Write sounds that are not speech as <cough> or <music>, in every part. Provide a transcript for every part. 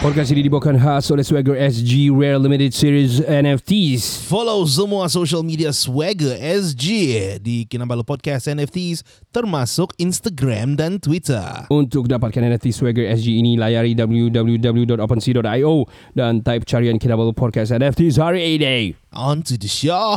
Podcast ini dibawakan khas oleh Swagger SG Rare Limited Series NFTs. Follow semua social media Swagger SG di Kinabalu Podcast NFTs termasuk Instagram dan Twitter. Untuk dapatkan NFT Swagger SG ini, layari www.opensea.io dan type carian Kinabalu Podcast NFTs hari ini. On to the show.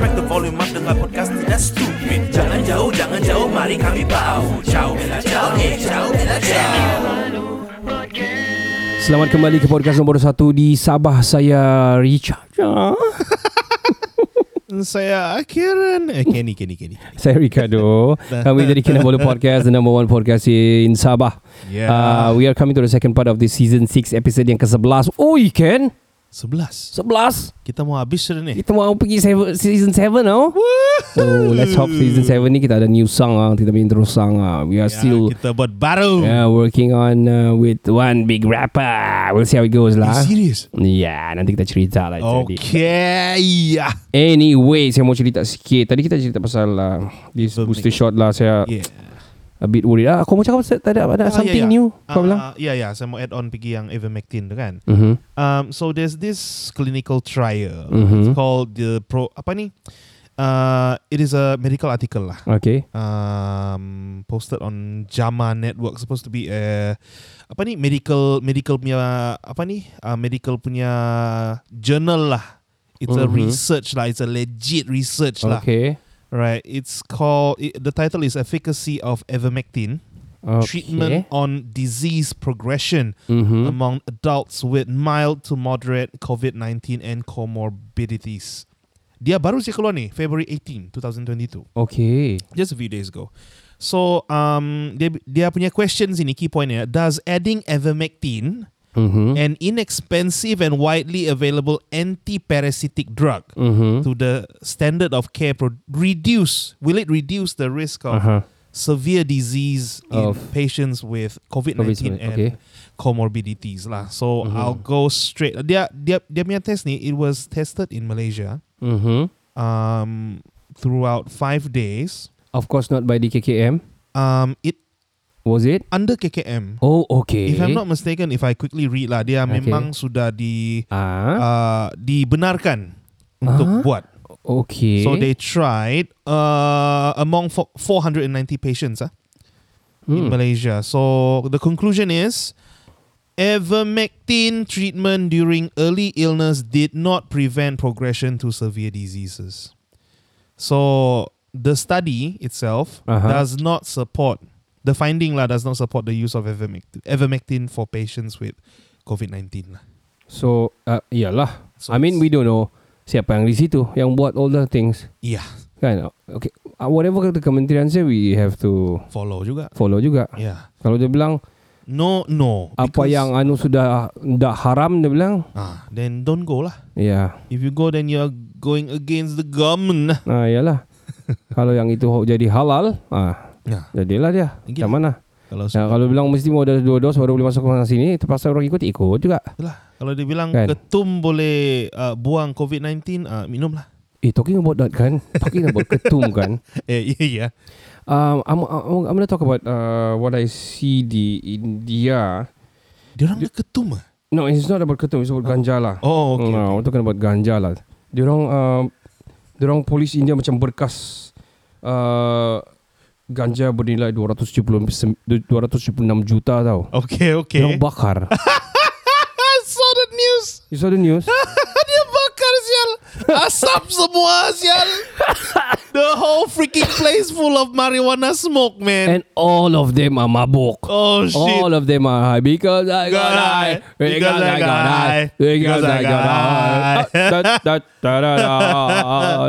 Crack the volume up dengar podcast tidak stupid Jangan jauh, jangan jauh, mari kami bau Ciao, bella, ciao, eh, ciao, bella, ciao Selamat kembali ke podcast nombor 1 di Sabah. Saya Richard. Ya. Saya Akiran. Eh, Kenny, Kenny, Kenny. Saya <laughs> Ricardo. Kami dari Kinabalu Podcast, the number one podcast in Sabah. Yeah. Uh, we are coming to the second part of this season 6 episode yang ke-11. Oi, Ken. Sebelas. 11? Kita mau habis eh? sudah nih. Kita mau pergi seven, season 7 now. So Oh, let's hope season 7 ni kita ada new song ah, kita punya intro song ah. We are Ya, still Ya kita buat baru. yeah, working on uh, with one big rapper. We'll see how it goes You lah. serious? Yeah, nanti kita cerita lah itu tadi. Okay, iya. Anyway, saya mau cerita sikit. Tadi kita cerita pasal uh, this Betul, booster shot lah. Saya Yeah. a bit worried. Ah, kau mau cakap pasal- tak ada, ada Ah, something ya, ya. new? Ah, Kau bilang? ah, Ya, ya. Saya mau add on pergi yang ivermectin tu kan. Mhm. Um, so there's this clinical trial Mhm. It's called the pro apa ni? Uh, it is a medical article lah. Okay. Um, posted on JAMA Network supposed to be a apa ni medical medical punya apa ni uh, medical punya journal lah. It's a Mhm. research lah. It's a legit research lah. Okay. Right. It's called it, the title is efficacy of ivermectin okay. treatment on disease progression Mhm. among adults with mild to moderate COVID-19 and comorbidities. Dia baru saja keluar ni, February 18, 2022. Okay. Just a few days ago. So, um, dia, dia punya questions ini, key point ya. Does adding ivermectin, Mhm. an inexpensive and widely available anti-parasitic drug, Mhm. to the standard of care pro- reduce, will it reduce the risk of Uh-huh. severe disease in Of- patients with COVID nineteen COVID-19, and okay. Mm-hmm. comorbidities lah. So I'll go straight. Dia dia dia punya test ni it was tested in Malaysia Mhm. um throughout five days. Of course not by DKKM. Um, it Was it? under KKM. Oh, okay. If I'm not mistaken, if I quickly read lah, dia Okay. memang sudah di ah, uh, dibenarkan untuk Ah. buat. okay. So they tried uh, among fo- 490 patients ah, in Hmm. Malaysia. So the conclusion is ivermectin treatment during early illness did not prevent progression to severe diseases. So the study itself Uh-huh. does not support the finding lah does not support the use of ivermectin, ivermectin for patients with COVID-19 lah. So, uh, iyalah. So I mean, we don't know siapa yang di situ yang buat all the things. yeah, Kan? Okay. Uh, whatever kata kementerian saya, we have to follow juga. follow juga. Yeah. Kalau dia bilang No, no. apa because- yang anu sudah dah haram, dia bilang, Ah, then don't go lah. ya, yeah. If you go, then you're going against the government. lah. nah, ah, <laughs> iyalah. Kalau yang itu jadi halal, ah, Nah, jadilah dia. Macam Gila. mana? Nah, kalau Ya, sudah kalau bilang mesti mau ada dua dos baru boleh masuk ke sini, terpaksa orang ikut, ikut juga. lah. Kalau dia bilang Kan. ketum boleh uh, buang COVID-19, uh, minum lah. <laughs> Eh, talking about that kan? Talking about ketum kan? Eh, yeah, yeah. Um, I'm, I'm, I'm going to talk about uh, what I see di India. Dia orang dia ketum ah. No, it's not about ketum. It's about ganja lah. Oh, okay. No, we're talking about ganja lah. Diorang, uh, diorang polis India macam berkas uh, ganja bernilai 279 276 juta tau. Okay, okay. Diorang bakar. I saw the news. You saw the news? dia bakar sial. Asap <laughs> semua <laughs> sial. The whole freaking place full of marijuana smoke, And man. all of them are mabuk. oh shit. All of them are high because I got Got high. high. Because I got high. Because I got high. <laughs> Da- da- da- da- da- da-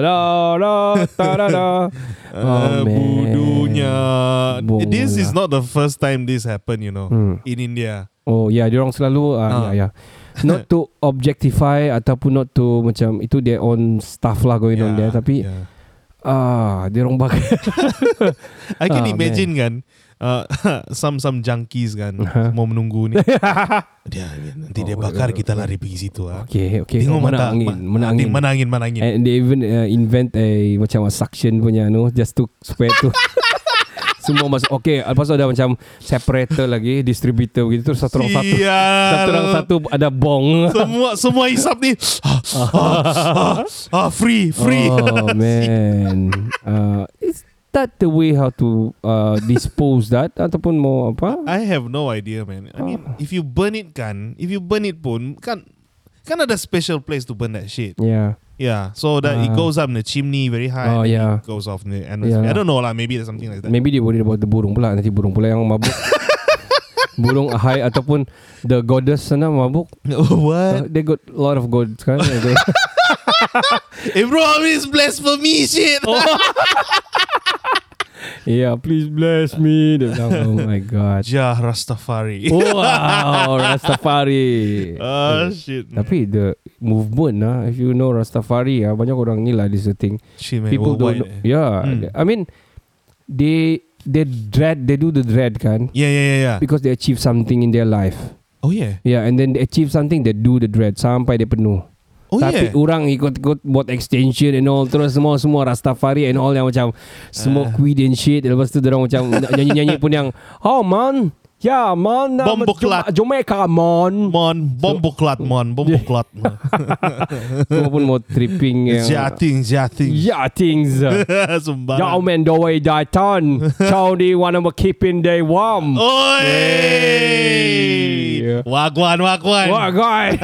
da- da- da- da. Oh, Uh, man. lah. Budunya. Bola. This is not the first time this happened, you know, Hmm. in India. Oh yeah, diorang selalu ah uh, Ah. yeah yeah. Not <laughs> to objectify ataupun not to macam itu their own stuff lah going yeah, on there Ya, tapi yeah. ah diorang bakal I can Ah, imagine kan uh, <laughs> some some junkies kan Uh-huh. Oh, mau menunggu <laughs> ni. dia nanti dia bakar kita lari pergi situ ah. <laughs> Okay, okay. Oh, Tengok mana mata angin, ma- mana angin. Mana angin, mana angin. And they even uh, invent a macam a suction punya no just to supaya tu <laughs> semua masuk okay lepas tu ada macam separator lagi distributor begitu terus satu orang satu Sial. satu orang satu ada bong Semua semua hisap ni. Ah, ah, ah, ah, free, free. Oh man, uh, is that the way how to uh, dispose that ataupun mau apa? <laughs> I have no idea, man. I mean, if you burn it kan, if you burn it pun kan kan ada special place to burn that shit. Yeah, Yeah, so that it Ah. goes up in the chimney very high. Oh, and then yeah. it goes off in the atmosphere. Yeah. I don't know lah. Maybe there's something like that. <laughs> maybe they worried about the burung pula nanti burung pula yang mabuk. burung high ataupun the goddess sana mabuk. Uh, Oh, what? They got a lot of gods kan? They- hey, bro, all this blasphemy shit. Oh. <laughs> yeah, please bless me. Dia bilang, oh my <laughs> god. Jah Rastafari. Oh. Wow, Rastafari. <laughs> Ah, shit. Tapi the movement lah, if you know Rastafari ah, banyak orang ni lah this thing. shit, man, people don't know. worldwide, eh. Yeah, Mm. I mean, they they dread they do the dread kan Yeah, yeah, yeah, yeah. because they achieve something in their life. Oh yeah. Yeah, and then they achieve something they do the dread sampai dia penuh. Oh Tapi yeah. orang ikut-ikut buat extension and all terus semua semua Rastafari and all yang macam Ah. smoke weed and shit. Lepas tu orang <laughs> macam nak nyanyi-nyanyi pun yang oh man, yeah man, I'm a Bomboklat. Jama- Jamaica <laughs> man. Mon, bomboklat, mon, bomboklat. <laughs> mon. Semua pun mau tripping. yang- Jating, jating. <laughs> Yeah, things. Sembarang. Yo man, the way that <laughs> turn. Tony, one of keeping day warm. Oh, Oi! Yeah. Wagwan, wagwan. What <laughs> guy?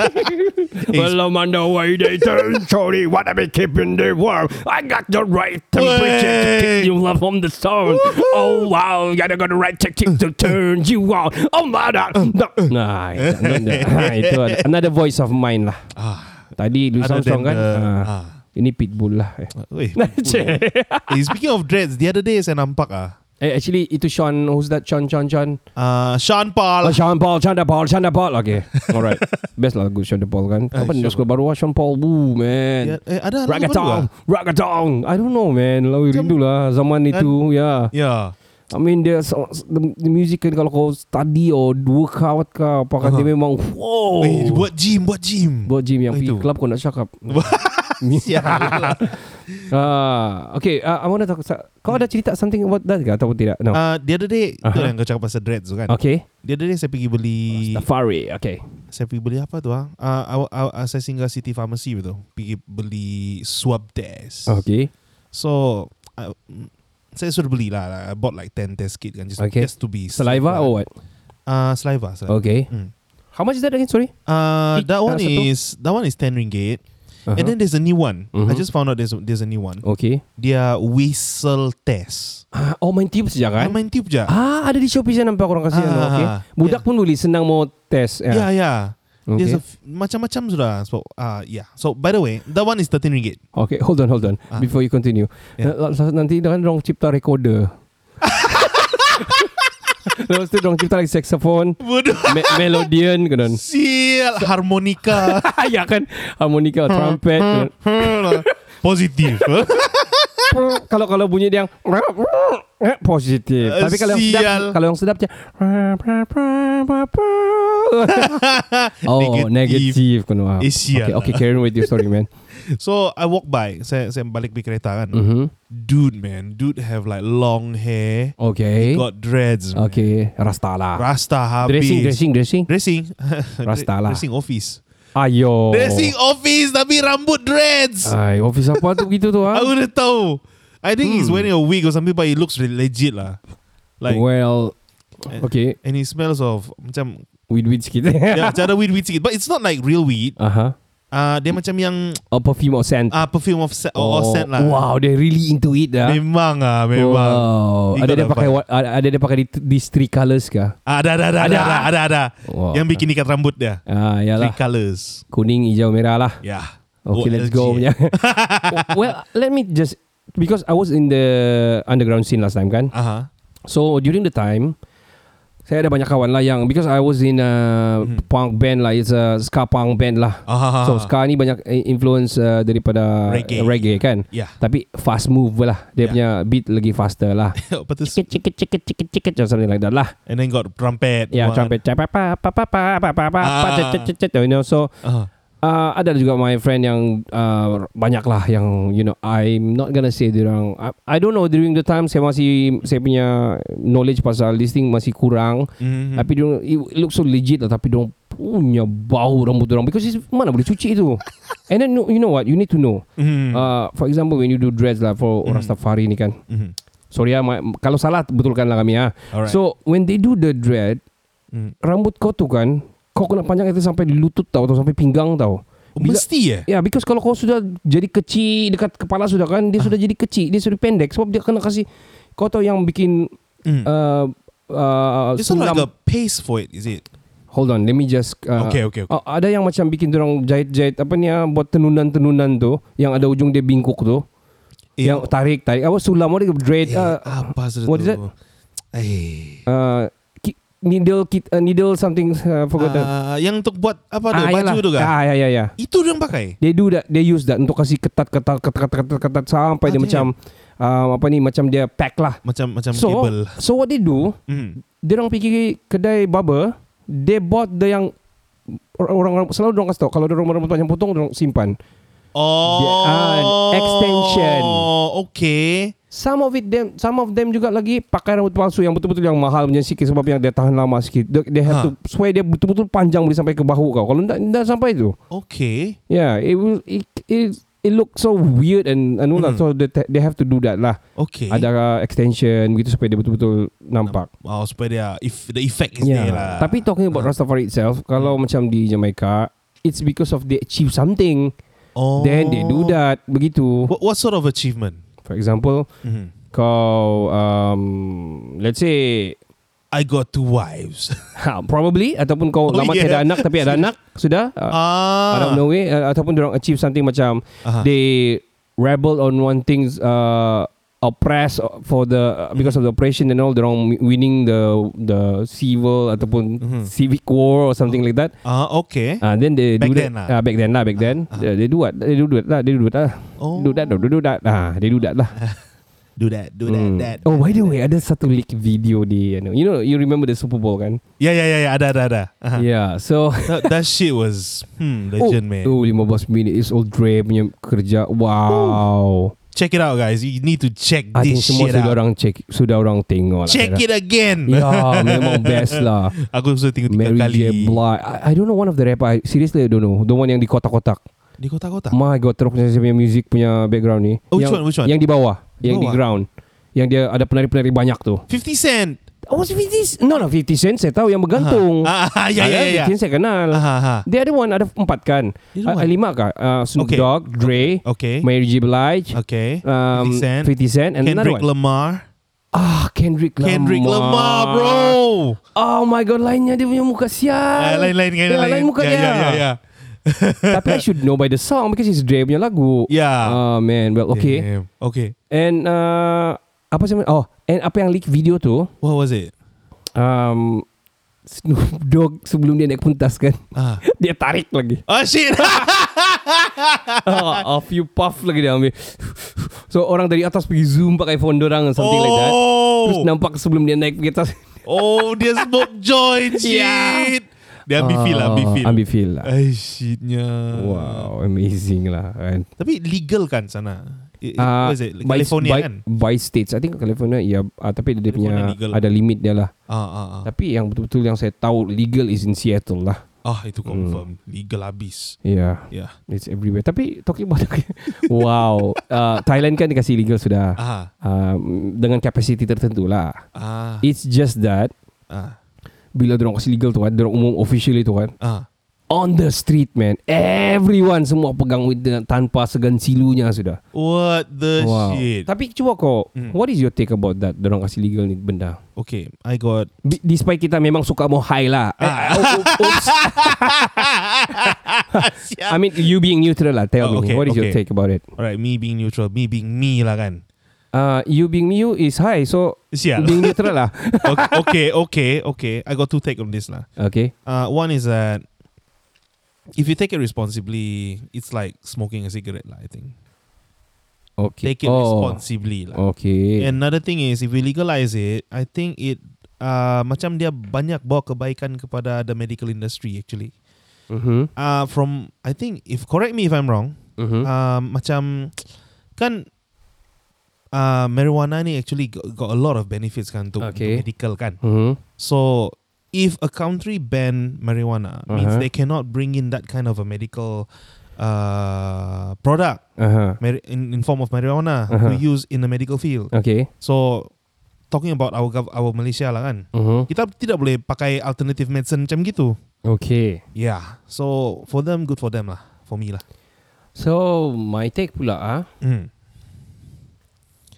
well, I'm on the way they turn. Tony, what am I keeping the warm? I got the right temperature to Hey. keep you love from the sun. Oh wow, yeah, I got the right technique to turn you on. Oh my god. No. Nah, itu- nah, itu <laughs> ada- another voice of mine lah. Tadi Louis Ah. Other Armstrong than kan? the- Ah. ah. Ini Pitbull lah. Eh. Wait. Hey, speaking of dreads, the other day saya nampak ah. <laughs> Eh, actually, itu Sean. Who's that? Sean, Sean, Sean. Uh, Sean Oh, Paul. Sean Paul, Sean Paul, Sean Paul. Okay, alright. <laughs> Best lah good Sean Paul kan. Apa ni sekolah baru ah, Sean Paul. Woo, man. Ya, eh, ada lagu baru ah? Ragatong, Ragatong. I don't know, man. Lalu rindu lah zaman Kan? itu. Yeah. Yeah. I mean, there's the, the music kan kalau kau study or workout ke apa kan dia memang wow. Eh, buat gym, buat Oh. gym. <laughs> Ya. Buat gym yang Itu. pergi club kau nak <laughs> cakap. Sial. <laughs> <laughs> Ah, okay. ah, I want to talk. Kau ada cerita something about that ke ataupun tidak? No. Uh, the other day, itu Aha. yang kau cakap pasal dreads tu kan. Uh-huh. Okay. Oh, The other day saya pergi beli, Safari. Okay. saya pergi beli apa tu ah? Uh, aw- aw- aw- saya singgah City Pharmacy tu. Pergi beli swab test. Oh, Okay. So, I, mm, saya suruh beli lah. I bought like 10 test kit kan. Just, Okay. just to be safe Saliva lah. or what? Uh, saliva. saliva. Okay. Mm. How much is that again? Sorry. Uh, Each- that uh, one satu. is that one is ten ringgit, Uh-huh. Oh. and then there's a new one. Mhm. I just found out there's there's a new one. Okay. Dia whistle test. Ah, oh main tips je kan? Right? Main tip je. Ah, ada di Shopee saya nampak orang kasi. Ah, Ah, okay. Budak yeah. pun boleh senang mau test. Yeah, yeah. Ya. There's Okay. a f- macam-macam sudah. So, uh, yeah. So, by the way, that one is thirteen ringgit. okay, hold on, hold on. Ah. Before you continue. Yeah. Na- la- Nanti dia kan orang cipta <laughs> recorder. Lepas tu orang cipta lagi saxophone, Bodoh. me- melodian <laughs> kan. Sial, <laughs> harmonika. ya kan harmonika trumpet kan. Positif. kalau kalau bunyi dia yang eh, positif Eh, tapi kalau yang sial. sedap kalau yang sedap <laughs> dia <laughs> oh Negatif. negatif kan wow. Eh, sial okay, okay carry on with your story <laughs> man so, I walk by. Saya, saya balik pergi kereta kan. Mhm. Dude, man. Dude have like long hair. okay Got dreads. man. okay rasta lah Rasta habis. dressing dressing dressing Dressing <laughs> Rasta lah. Oh. Dressing office ayo Dressing office Tapi rambut dreads Ay, office apa tu gitu <laughs> tu ha? Aku dah tahu I think Hmm. he's wearing a wig or something But he looks really legit lah Like well okay And he smells of Macam weed weed sikit Ya, yeah, Macam ada weed-weed sikit But it's not like real weed <laughs> aha uh, dia macam yang Or perfume or scent uh, perfume of set, oh, or scent lah. Wow Dia really into it dah Memang ah, memang. Wow Ikut Ada dia dapat. pakai wa- Ada ada dia pakai di- These three colours kah Ah, ada ada ada ada Ada. ada. ada, ada. Wow. Yang bikin ikat rambut dia. Ah, Three Ya. Oh, yalah. colors. Kuning, hijau, merah lah. Yeah. Okay, let's go. ya. OLG. <laughs> Yeah. well, let me just because I was in the underground scene last time kan. Aha. So during the time, saya ada banyak kawan lah yang because I was in a Mm-hmm. punk band lah, it's a ska punk band lah. Aha. So ska ni banyak eh, influence uh, daripada Ah. Reggae. reggae, reggae kan. Yeah. Tapi fast move lah. Dia Yeah. punya beat lagi faster lah. <laughs> Apa tu? Cikit cikit cikit cikit cikit or something like that lah. And then got trumpet. Ya, yeah, One. trumpet. Pa pa pa pa pa pa pa pa Ah. cik, cik, cik, cik, You know, so Aha. Uh, ada juga my friend yang uh, banyak lah yang you know I'm not gonna say diorang I, I don't know during the time saya masih saya punya knowledge pasal this thing masih kurang Mhm. tapi diorang it looks so legit lah tapi diorang punya bau rambut diorang because it's, mana boleh cuci itu and then you know what you need to know Mhm. uh, for example when you do dreads lah for orang Rastafari ni kan Mhm. sorry ya my, kalau salah betulkanlah kami ya Alright. so when they do the dread Mhm. rambut kau tu kan kau kena panjang itu sampai lutut tau atau sampai pinggang tau Oh, Bila- mesti ya. Ya, because kalau kau sudah jadi kecil dekat kepala sudah kan, Ah. dia sudah jadi kecil, dia sudah pendek sebab dia kena kasih kau tahu yang bikin Mm. uh, uh, It's not sulam. like a pace for it, is it? Hold on, let me just uh, Okay, okay, okay. Oh, ada yang macam bikin orang jahit-jahit apa ni ya, buat tenunan-tenunan tu yang ada ujung dia bingkuk tu. Eh, Yang tarik tarik apa sulam dia dread eh, uh, apa sudah what tu? is that? Eh. uh, ki- needle kit, uh, needle something uh, forgot that. Ah, yang untuk buat apa tu? yalah. baju tu kan? Ah, ya ya ya. Itu dia yang pakai. They do that They use that Untuk kasih ketat Ketat ketat ketat ketat, ketat Sampai Ah, dia damn. macam um, Apa ni Macam dia pack lah Macam macam So cable. So what they do Mhm. Dia orang pergi kedai barber They bought the yang Orang-orang Selalu orang kasih tau Kalau dia orang rambut panjang potong Dia orang simpan Oh, ah, extension. Okay. Some of it them Some of them juga lagi Pakai rambut palsu Yang betul-betul yang mahal punya sikit Sebab yang dia tahan lama sikit They, they have Ha. to Supaya dia betul-betul panjang Boleh sampai ke bahu kau Kalau tidak sampai tu Okay. Yeah It will It, it, it look so weird and anu lah Hmm. so they, they have to do that lah Okay. ada uh, extension begitu supaya dia betul-betul nampak. Wow, supaya dia if the effect is there lah. Ya, Mm. Tapi talking about Rastafari itself, kalau macam di Jamaica, it's because of they achieve something, oh. then they do that begitu. What, what sort of achievement? For example, Mhm. kau um, let's say <laughs> I got two wives. <laughs> ha, probably ataupun kau Oh, lama yeah. tiada anak tapi <laughs> ada anak sudah uh, ah. out of nowhere uh, ataupun dia achieve something macam Aha. they rebel on one things uh, oppress for the because of the oppression and all they winning the the civil ataupun Mhm. civic war or something like that Ah, okay. uh, then they Back do then that lah. Ah, back then lah back then They- they do what they do that lah they do that lah Oh. do that do, do that ah they do that lah do that, do <laughs> that, Hmm. that. oh by the way ada satu leak video di you know, you know you remember the Super Bowl kan Yeah, yeah, yeah, yeah. Ada, ada, ada. Uh-huh. yeah so that, that shit was hmm, legend, <laughs> man. Oh, oh 15 minit It's all Dre punya kerja Wow Check it out, guys. You need to check I think this semua shit sudah out. orang check Sudah orang tengok lah Check it again. Ya <laughs> memang best lah Aku sudah tengok tiga Mary J. kali. Blige I, I don't know one of the rapper I, Seriously I don't know The one yang di kotak-kotak Di kota-kota. My god teruk saya punya music punya background ni Ah. Oh, which yang, one, which one? Yang di bawah Yang di bawah? ground Yang dia ada penari-penari banyak tu 50 Cent. Oh was 50 No no 50 Cent saya tahu yang bergantung Ah, <laughs> ah, ya, Ah, kan, ya, ya. 50 Cent saya kenal Aha, aha. Dia ada one Ada empat kan Dia Ah, ada one. Lima kah uh, Snoop Okay. Dogg Dre Okay. Mary J. Blige Okay. um, 50 Cent. 50 Cent and another Kendrick one. Lamar. Ah, Kendrick Lamar. Kendrick Lamar, bro. Oh my god, lainnya dia punya muka sial. Ah, lain-lain kan, Ya, lain, muka Ya, dia. ya, ya, ya. Tapi I should know by the song because it's Dre punya lagu. Ya. Oh man, well okay. Damn. Okay. And uh, apa sih? Oh, and apa yang leak video tu? What was it? Um, <laughs> Snoop Dogg sebelum dia naik puntas kan Ah. Dia tarik <laughs> lagi Oh shit. Ah, A few puff lagi dia ambil <laughs> So orang dari atas pergi zoom pakai phone dorang and Something like that Terus oh. nampak sebelum dia naik ke atas Oh, dia smoke joint <laughs> Ya. shit. Dia ambil feel lah, ambil feel. Eh. Ambil feel lah Ay, shitnya. Wow, amazing lah kan. Tapi legal kan sana? I- I- Ah, what is it? by- California by, kan? By states. I think California ya ah, tapi dia punya California legal. ada limit dia lah. Ah, ah, ah. Tapi yang betul-betul yang saya tahu legal is in Seattle lah. Ah, itu confirm. Legal habis. Yeah, Ya. it's everywhere. Tapi talking about <laughs> wow, Ah, Thailand kan dikasih legal sudah. Ah, Ah, dengan capacity tertentu lah. ah, It's just that ah, bila dorong kasih legal tu kan, dorong umum officially tu kan, ah. on the street man. Everyone semua pegang with dengan tanpa segan silunya sudah. What the Wow. shit? Tapi cuba kau, Hmm. mm. what is your take about that? Dorang kasih legal ni benda. Okay, I got B- despite kita memang suka mau high lah. Ah. Eh, o- o- oops. I mean you being neutral lah. Tell Oh, me okay, what is your okay. take about it? Alright, me being neutral, me being me lah kan. Uh, you being you is high, so Sial. being neutral lah. <laughs> okay, <laughs> okay, okay, okay. I got two take on this lah. Okay. Uh, one is that if you take it responsibly, it's like smoking a cigarette lah. I think Okay. take it oh. responsibly lah. Okay. Another thing is if we legalize it, I think it uh, macam dia banyak bawa kebaikan kepada the medical industry actually. Mhm. Uh, from I think if correct me if I'm wrong, Mhm. um, macam kan uh, marijuana ni actually got, got a lot of benefits kan untuk Okay. okay. medical kan. Mhm. So if a country ban marijuana means Uh-huh. they cannot bring in that kind of a medical uh, product Uh-huh. mari- in, in form of marijuana Uh-huh. to use in the medical field. Okay. So talking about our gov- our Malaysia lah kan. Mhm. Kita tidak boleh pakai alternative medicine macam gitu. Okay. Yeah. So for them good for them lah. For me lah. So my take pula ah. Mm.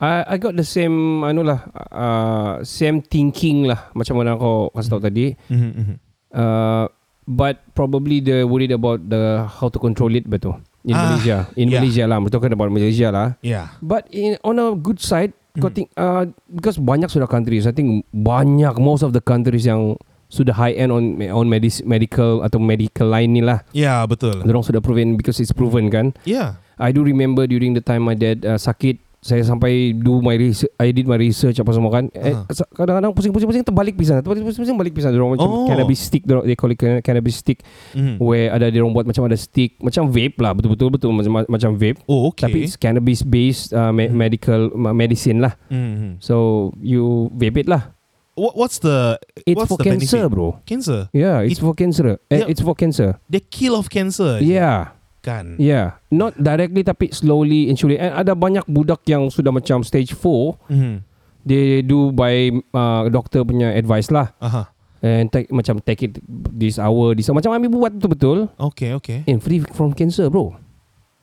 I I got the same anu lah uh, same thinking lah macam mana kau kasih tahu tadi. Mhm, mhm. Uh, but probably they worried about the how to control it betul in Ah, Malaysia. In yeah. Malaysia lah, we're talking about Malaysia lah. Yeah. But in on a good side, kau Mm. think uh, because banyak sudah countries, I think banyak most of the countries yang sudah high end on on medis, medical atau medical line ni lah. Yeah, betul. Dorong sudah proven because it's proven kan. Yeah. I do remember during the time my dad uh, sakit saya sampai do my research, I did my research apa semua kan. Eh, Ah. sa- Kadang-kadang pusing-pusing-pusing terbalik pisang. Terbalik-pusing-pusing balik pisang. Diorang macam Oh. cannabis stick. Diorang, they call it can- cannabis stick. Mhm. Where ada diorang buat macam ada stick. Macam vape lah. Betul-betul betul macam, macam vape. Oh, okay. Tapi it's cannabis based uh, me- Hmm. medical ma- medicine lah. Mhm. So you vape it lah. What, what's the It's what's for the cancer benefit? bro. Cancer. Yeah, it's It- for cancer. Eh, Yeah. It's for cancer. The kill of cancer. Yeah. Kan. Yeah, not directly tapi slowly insulin. And ada banyak budak yang sudah macam stage 4, Mhm. they do by uh, doktor punya advice lah. Aha. And take, macam take it this hour, this hour. Macam Ami buat tu betul. Okay, okay. And free from cancer bro.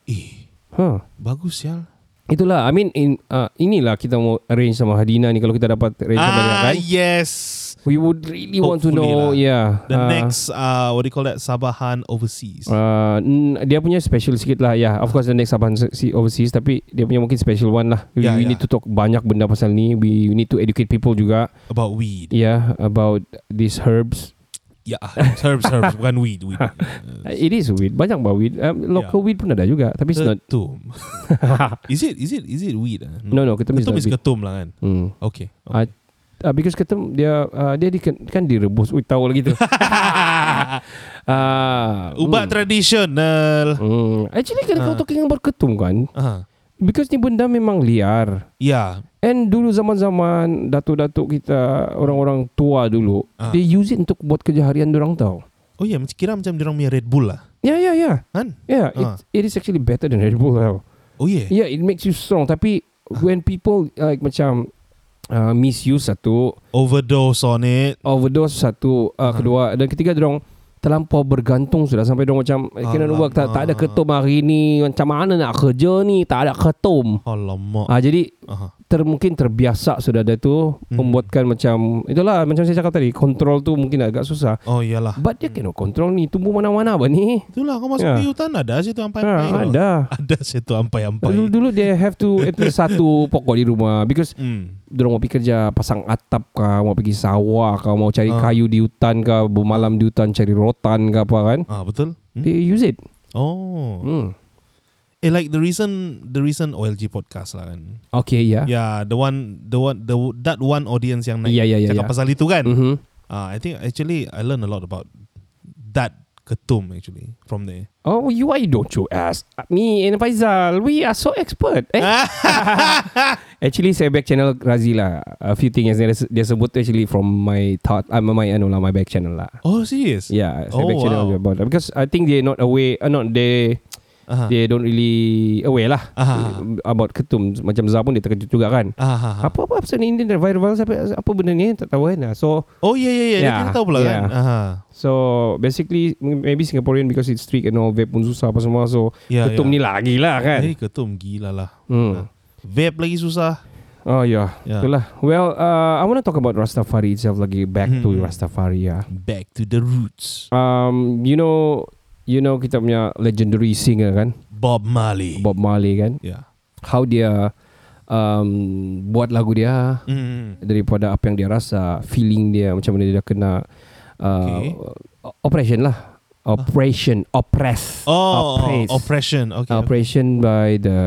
Eh, Huh. bagus ya. Itulah, I mean in, uh, inilah kita mau arrange sama Hadina ni kalau kita dapat arrange sama dia Ah, kan. yes. We would really want to Hopefully know, lah. yeah. The uh, next, uh, what do you call that? Sabahan overseas. Uh, n- dia punya special sikit lah yeah, Of course the next abang si overseas Tapi dia punya mungkin special one lah We, Yeah, we yeah. need to talk banyak benda pasal ni We need to educate people juga About weed. Yeah About these herbs Yeah, herbs, herbs, bukan weed, <laughs> weed. Uh, It is weed Banyak bah weed um, Local Yeah. weed pun ada juga Tapi it's not <laughs> Ketum. is it, is it, is it weed? ah? No no ketum is Ketum not is weed ketum lah kan. hmm. Okay. Ah, uh, Because ketum dia uh, Dia di, kan direbus Ui tahu <laughs> lagi tu uh, Ubat tradisional. hmm. Actually kan kau Ah. talking about ketum kan Ah, Because ni benda memang liar yeah. And dulu zaman-zaman datuk-datuk kita orang-orang tua dulu, Ah. they use it untuk buat kerja harian orang tau. Oh yeah, macam kira macam diorang punya Red Bull lah. Ya ya ya. Kan? Ya, Ah. it is actually better than Red Bull tau. Oh yeah. Yeah, it makes you strong tapi when people like macam uh, misuse satu, Overdose on it. overdose satu, uh, Ah. kedua dan ketiga dorong terlampau bergantung sudah sampai dorong macam eh, kena Alamak. work tak, tak ada ketum hari ni macam mana nak kerja ni tak ada ketum. Alamak. Ah jadi Aha. ter, mungkin terbiasa sudah ada tu Hmm. hmm. membuatkan macam itulah macam saya cakap tadi kontrol tu mungkin agak susah Oh iyalah. but dia kena kontrol ni tumbuh mana-mana apa ni Itulah kau masuk Ya. yeah. hutan ada situ ampai ha, ada Ada situ ampai-ampai. dulu dulu dia have to at least satu pokok di rumah because Hmm. dorong mau pergi kerja pasang atap ke mau pergi sawah ke mau cari Ah. kayu di hutan ke bermalam di hutan cari rotan ke apa kan Ah betul. Hmm? they use it Oh. hmm. Eh like the recent the recent OLG podcast lah kan. okay ya yeah. Yeah, the one the one the that one audience yang naik Ya, ya, ya, cakap ya. pasal itu kan. mm-hmm. Ah I think actually I learn a lot about that ketum actually from there. oh you why don't you ask me and Faizal we are so expert <laughs> eh Actually saya back channel Razi lah A few things yang dia, dia sebut tu actually From my thought uh, My anu lah My back channel lah oh serious? Yeah Saya Oh, back channel wow. about that Because I think they not aware uh, Not they Aha. They don't really aware lah Aha. about ketum. Macam Zah pun dia terkejut juga kan. Ah, ah, ah. Apa-apa pasal ni Indian viral apa, apa benda ni tak tahu kan. So Oh ya ya ya. Ya. Dia tahu pula Ya. kan. Aha. So basically maybe Singaporean because it's strict and all vape pun susah apa semua so Ya, yeah, ketum ya. yeah. ni lagi lah kan. Eh ketum gila lah. Hmm. Vape lagi susah. Oh yeah, Ya. yeah. itulah. Well, uh, I want to talk about Rastafari itself lagi back to Hmm. Rastafari ya. Back to the roots. Um, you know, you know kita punya legendary singer kan, Bob Marley. Bob Marley kan. Ya. How dia um, buat lagu dia Hmm. daripada apa yang dia rasa, feeling dia macam mana dia kena uh, Okay. Ah. operation lah. Operation, oppress. Oh, Oppress. oppression. Okay. operation by the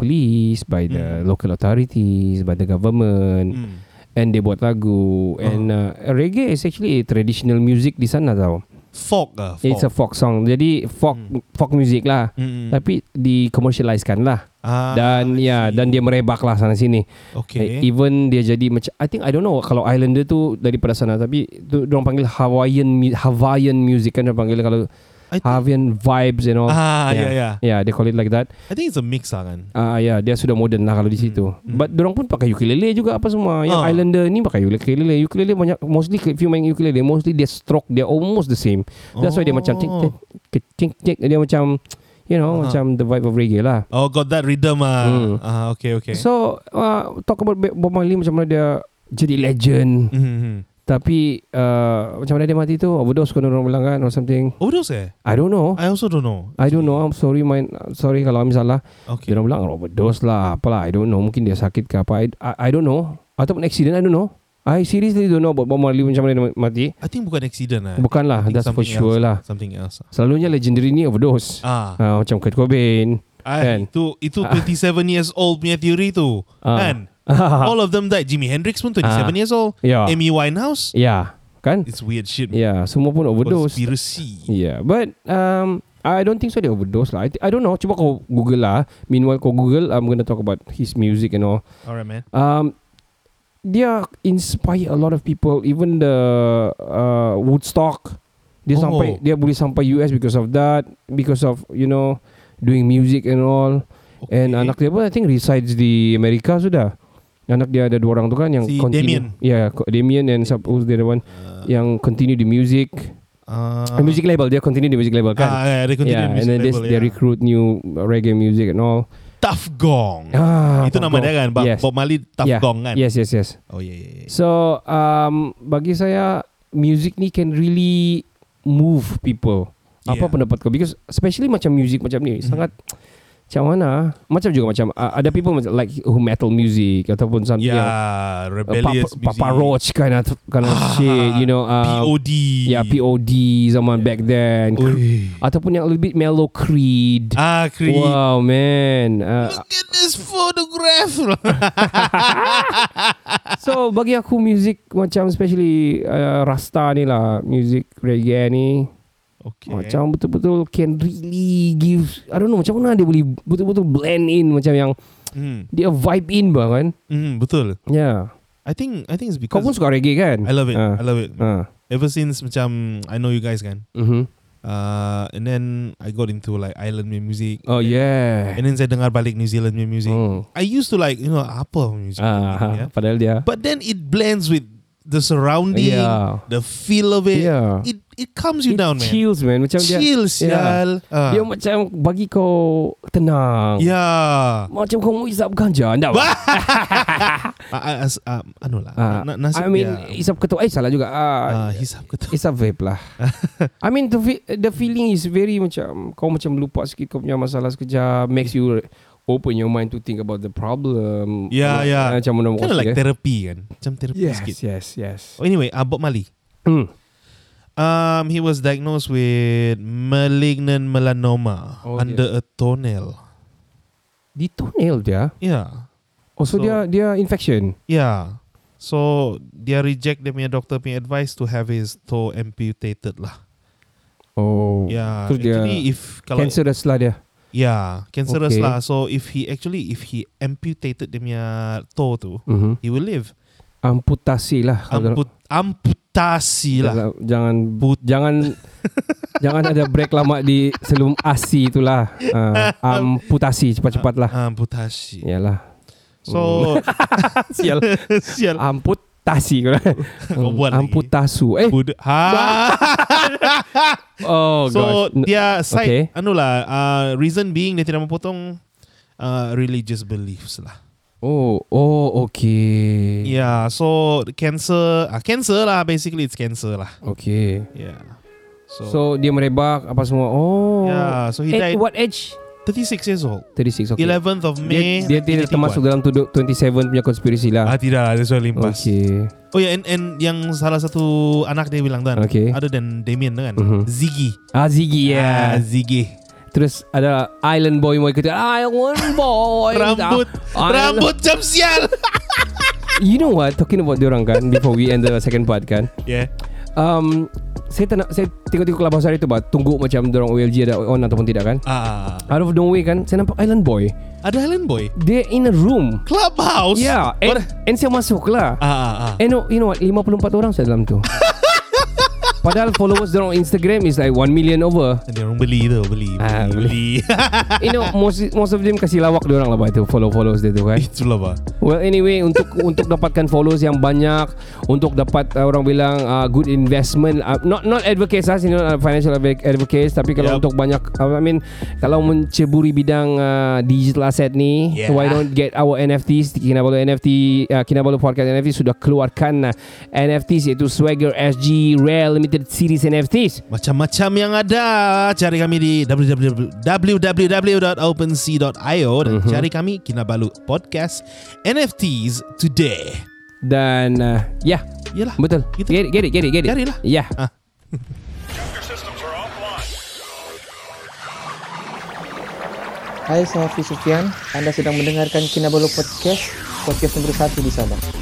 police, by the local authorities, by the government, Hmm. Oh. and they buat lagu. And uh, reggae is actually traditional music di sana tau. Folk lah. Folk. It's a folk song. Jadi folk folk music lah. Hmm. Tapi di commercialisekan lah. Ah, Dan ya, dan dia merebak lah sana sini. okay. Eh, Even dia jadi macam I think I don't know kalau Islander tu daripada sana tapi tu orang panggil Hawaiian mu- Hawaiian music kan dia panggil kalau I think- Hawaiian vibes and all. Ah, yeah, yeah. Yeah, they call it like that. I think it's a mix lah kan. Ah ya, dia sudah moden lah kalau di situ. But dorang pun pakai ukulele juga apa semua. Yang Hmm, Ah. Islander ni pakai ukulele. Ukulele banyak mostly if you main ukulele mostly dia stroke dia almost the same. That's why dia macam cik Oh. Uh-huh. cik cik cik dia macam you know macam the vibe of reggae lah. Oh, got that rhythm ah. Hmm. Ah, okay, okay. So uh, talk about Bob Marley macam mana dia jadi legend. hmm. Tapi uh, macam mana dia mati tu overdose kena orang bilang kan or something. Overdose eh? I don't know. I also don't know. I don't know. I'm sorry my sorry kalau I'm salah. Okay. Dia orang bilang overdose lah apalah I don't know mungkin dia sakit ke apa I, I, I don't know ataupun accident I don't know I seriously don't know about Bob Marley macam mana dia mati I think bukan accident lah. Bukanlah, I think that's for Eh, something sure else, lah. Something else. selalunya legendary ni overdose ah. Ah, uh, macam Kurt <laughs> Cobain ah kan itu itu 27 years old punya theory tu. Ah. Kan? All of them died. Jimi Hendrix pun 27 Ah. years old. Yeah. Amy Winehouse. ya kan It's weird shit. ya semua pun overdose Conspiracy. Yeah, but um, I don't think so. They overdose lah. I, th- I don't know. Cuba kau Google lah. Meanwhile, kau Google. I'm gonna talk about his music and all. Alright, man. Um, dia inspire a lot of people. Even the uh, Woodstock. Dia Oh. sampai dia boleh sampai US because of that. Because of you know doing music and all. And Okay. anak dia pun I think resides di Amerika sudah. Anak dia ada dua orang tu kan yang Si continue. Damien. Uh. Yeah, co- Damien and siapa- who's the other one yang continue the music. Ah. Uh, music label dia continue di music label kan. Ah, yeah, they continue yeah, the music and then label, ya. they, they yeah. recruit new reggae music and all. Tough Gong. Ah, Ya. Itu Bob nama dia Gong. kan. Bob, yes. Bob Marley Tough yeah. Gong kan. Yes, yes, yes. Oh yeah, yeah, yeah. So, um, bagi saya music ni can really move people. Apa Yeah. Mm-hmm. pendapat kau? Because especially macam music macam ni sangat macam mana? Macam juga macam uh, ada people macam like who metal music ataupun something Yeah, yang uh, Ya, rebellious Papa, Papa music. Ah, Roach kind of kind of shit, you know. Uh, POD. Yeah, POD zaman back then. Oi. Ataupun yang lebih mellow Creed. Ah, Creed. Wow man. <laughs> Uh, Look at this photograph. <laughs> so bagi aku music macam especially uh, Rasta ni lah, music reggae ni okay. macam betul-betul can really give I don't know macam mana dia boleh betul-betul blend in macam yang Hmm. dia vibe in bah kan. Hmm, betul. Yeah. I think I think it's Kau because pun suka reggae kan? I love it. Ah. I love it. Ah. Ever since macam I know you guys kan. Mhm. Uh, and then I got into like island punya music. Oh yeah. And then saya dengar balik New Zealand punya music. Hmm. I used to like you know apa music. Ah, yeah. padahal dia But then it blends with the surrounding, Yeah. the feel of it. Yeah. It it calms you it down, man. chills man. Macam dia yeah. Chill, sial. Ah. Dia macam bagi kau tenang. Yeah. Macam kau mau isap ganja anda. Ah, ah, as- ah, anu lah. Ah, Na- nasib I mean dia. isap ketua eh salah juga. Ah, Ah, hisap ke <laughs> tu. isap vape lah. I mean the fe- the feeling is very macam kau macam lupa sikit kau punya masalah sekejap makes you open your mind to think about the problem. Ah, Yeah, yeah. Macam mana Kind of Ya, like that. therapy kan. Macam therapy Yes, sikit. yes, yes. Oh, anyway, uh, Bob Marley. Hmm. Um, he was diagnosed with malignant melanoma Oh, under a toenail. Di toenail dia. Yeah, Oh, so, So- dia dia infection. yeah. So dia reject dia punya doctor punya advice to have his toe amputated lah. Oh. Yeah, Terus dia actually if Ya, kalau cancerous lah dia. yeah cancerous Okay. lah. So if he actually if he amputated dia punya toe tu, Mhm. he will live. amputasi lah. kalau- Amput, amputasi lah. Jangan- Jangan Put- jangan jangan ada break lama di selum asi itulah. Uh, amputasi cepat-cepat lah. Amputasi. Yalah. <laughs> So, Sial. sial. Amputasi kau Kau buat lagi. Amputasu. Eh. Budak. Ha. Oh So gosh. N- dia side Okay. anu lah uh, reason being dia tidak memotong uh, religious beliefs lah. Oh, oh okay. Yeah, so cancer, ah cancer lah basically it's cancer lah. Okay. Yeah. So, So dia merebak apa semua. Oh. yeah, so he Eh, died what age? 36 years old. 36 okay. 11th of May. dia, dia tidak 1981. termasuk dalam tuduk 27 punya konspirasi lah. Ah tidak lah, dia sudah limpas. Okay. Oh ya, yeah, and, and yang salah satu anak dia bilang dan Okay. other than Damien tu kan, Mhm. Ziggy. Ah Ziggy Ah, yeah. Ziggy. Terus ada Island Boy Boy kata Island Boy. Rambut, Ah, Island- rambut jam sial. You know what Talking about diorang kan Before we end the second part kan <laughs> yeah. um, Saya tak nak Saya tengok-tengok lah pasal itu bah, Tunggu macam diorang OLG ada on ataupun tidak kan Ah, Out of nowhere kan Saya nampak Island Boy ada Helen Boy. Dia in a room Clubhouse. Yeah And, What- and saya masuk lah Ah, ah, ah. And no, you know what 54 orang saya dalam <laughs> tu Padahal followers diorang Instagram Is like 1 million over Dia orang beli tu, beli, beli, Eh. Ah, beli. You <laughs> know most, most of them kasih lawak diorang lah bah, itu Follow-followers dia tu kan Itulah bah. Well anyway untuk <laughs> untuk dapatkan followers yang banyak untuk dapat uh, orang bilang uh, good investment uh, not not advocates lah sini not financial adv- advocates tapi kalau Yup. untuk banyak uh, I mean kalau menceburi bidang uh, digital asset ni Yeah. so why don't get our NFTs Kinabalu NFT uh, Kinabalu Podcast NFT sudah keluarkan uh, NFTs iaitu Swagger SG Rare Limited Series NFTs Macam-macam yang ada Cari kami di www.opensea.io Dan cari kami Kinabalu Podcast NFTs Today dan uh, ya yeah, Yelah betul Gitu. get it get it get it get it Carilah. ya yeah. Hai, saya Hafiz Sufian. Anda sedang mendengarkan Kinabalu Podcast, podcast nomor satu di Sabah.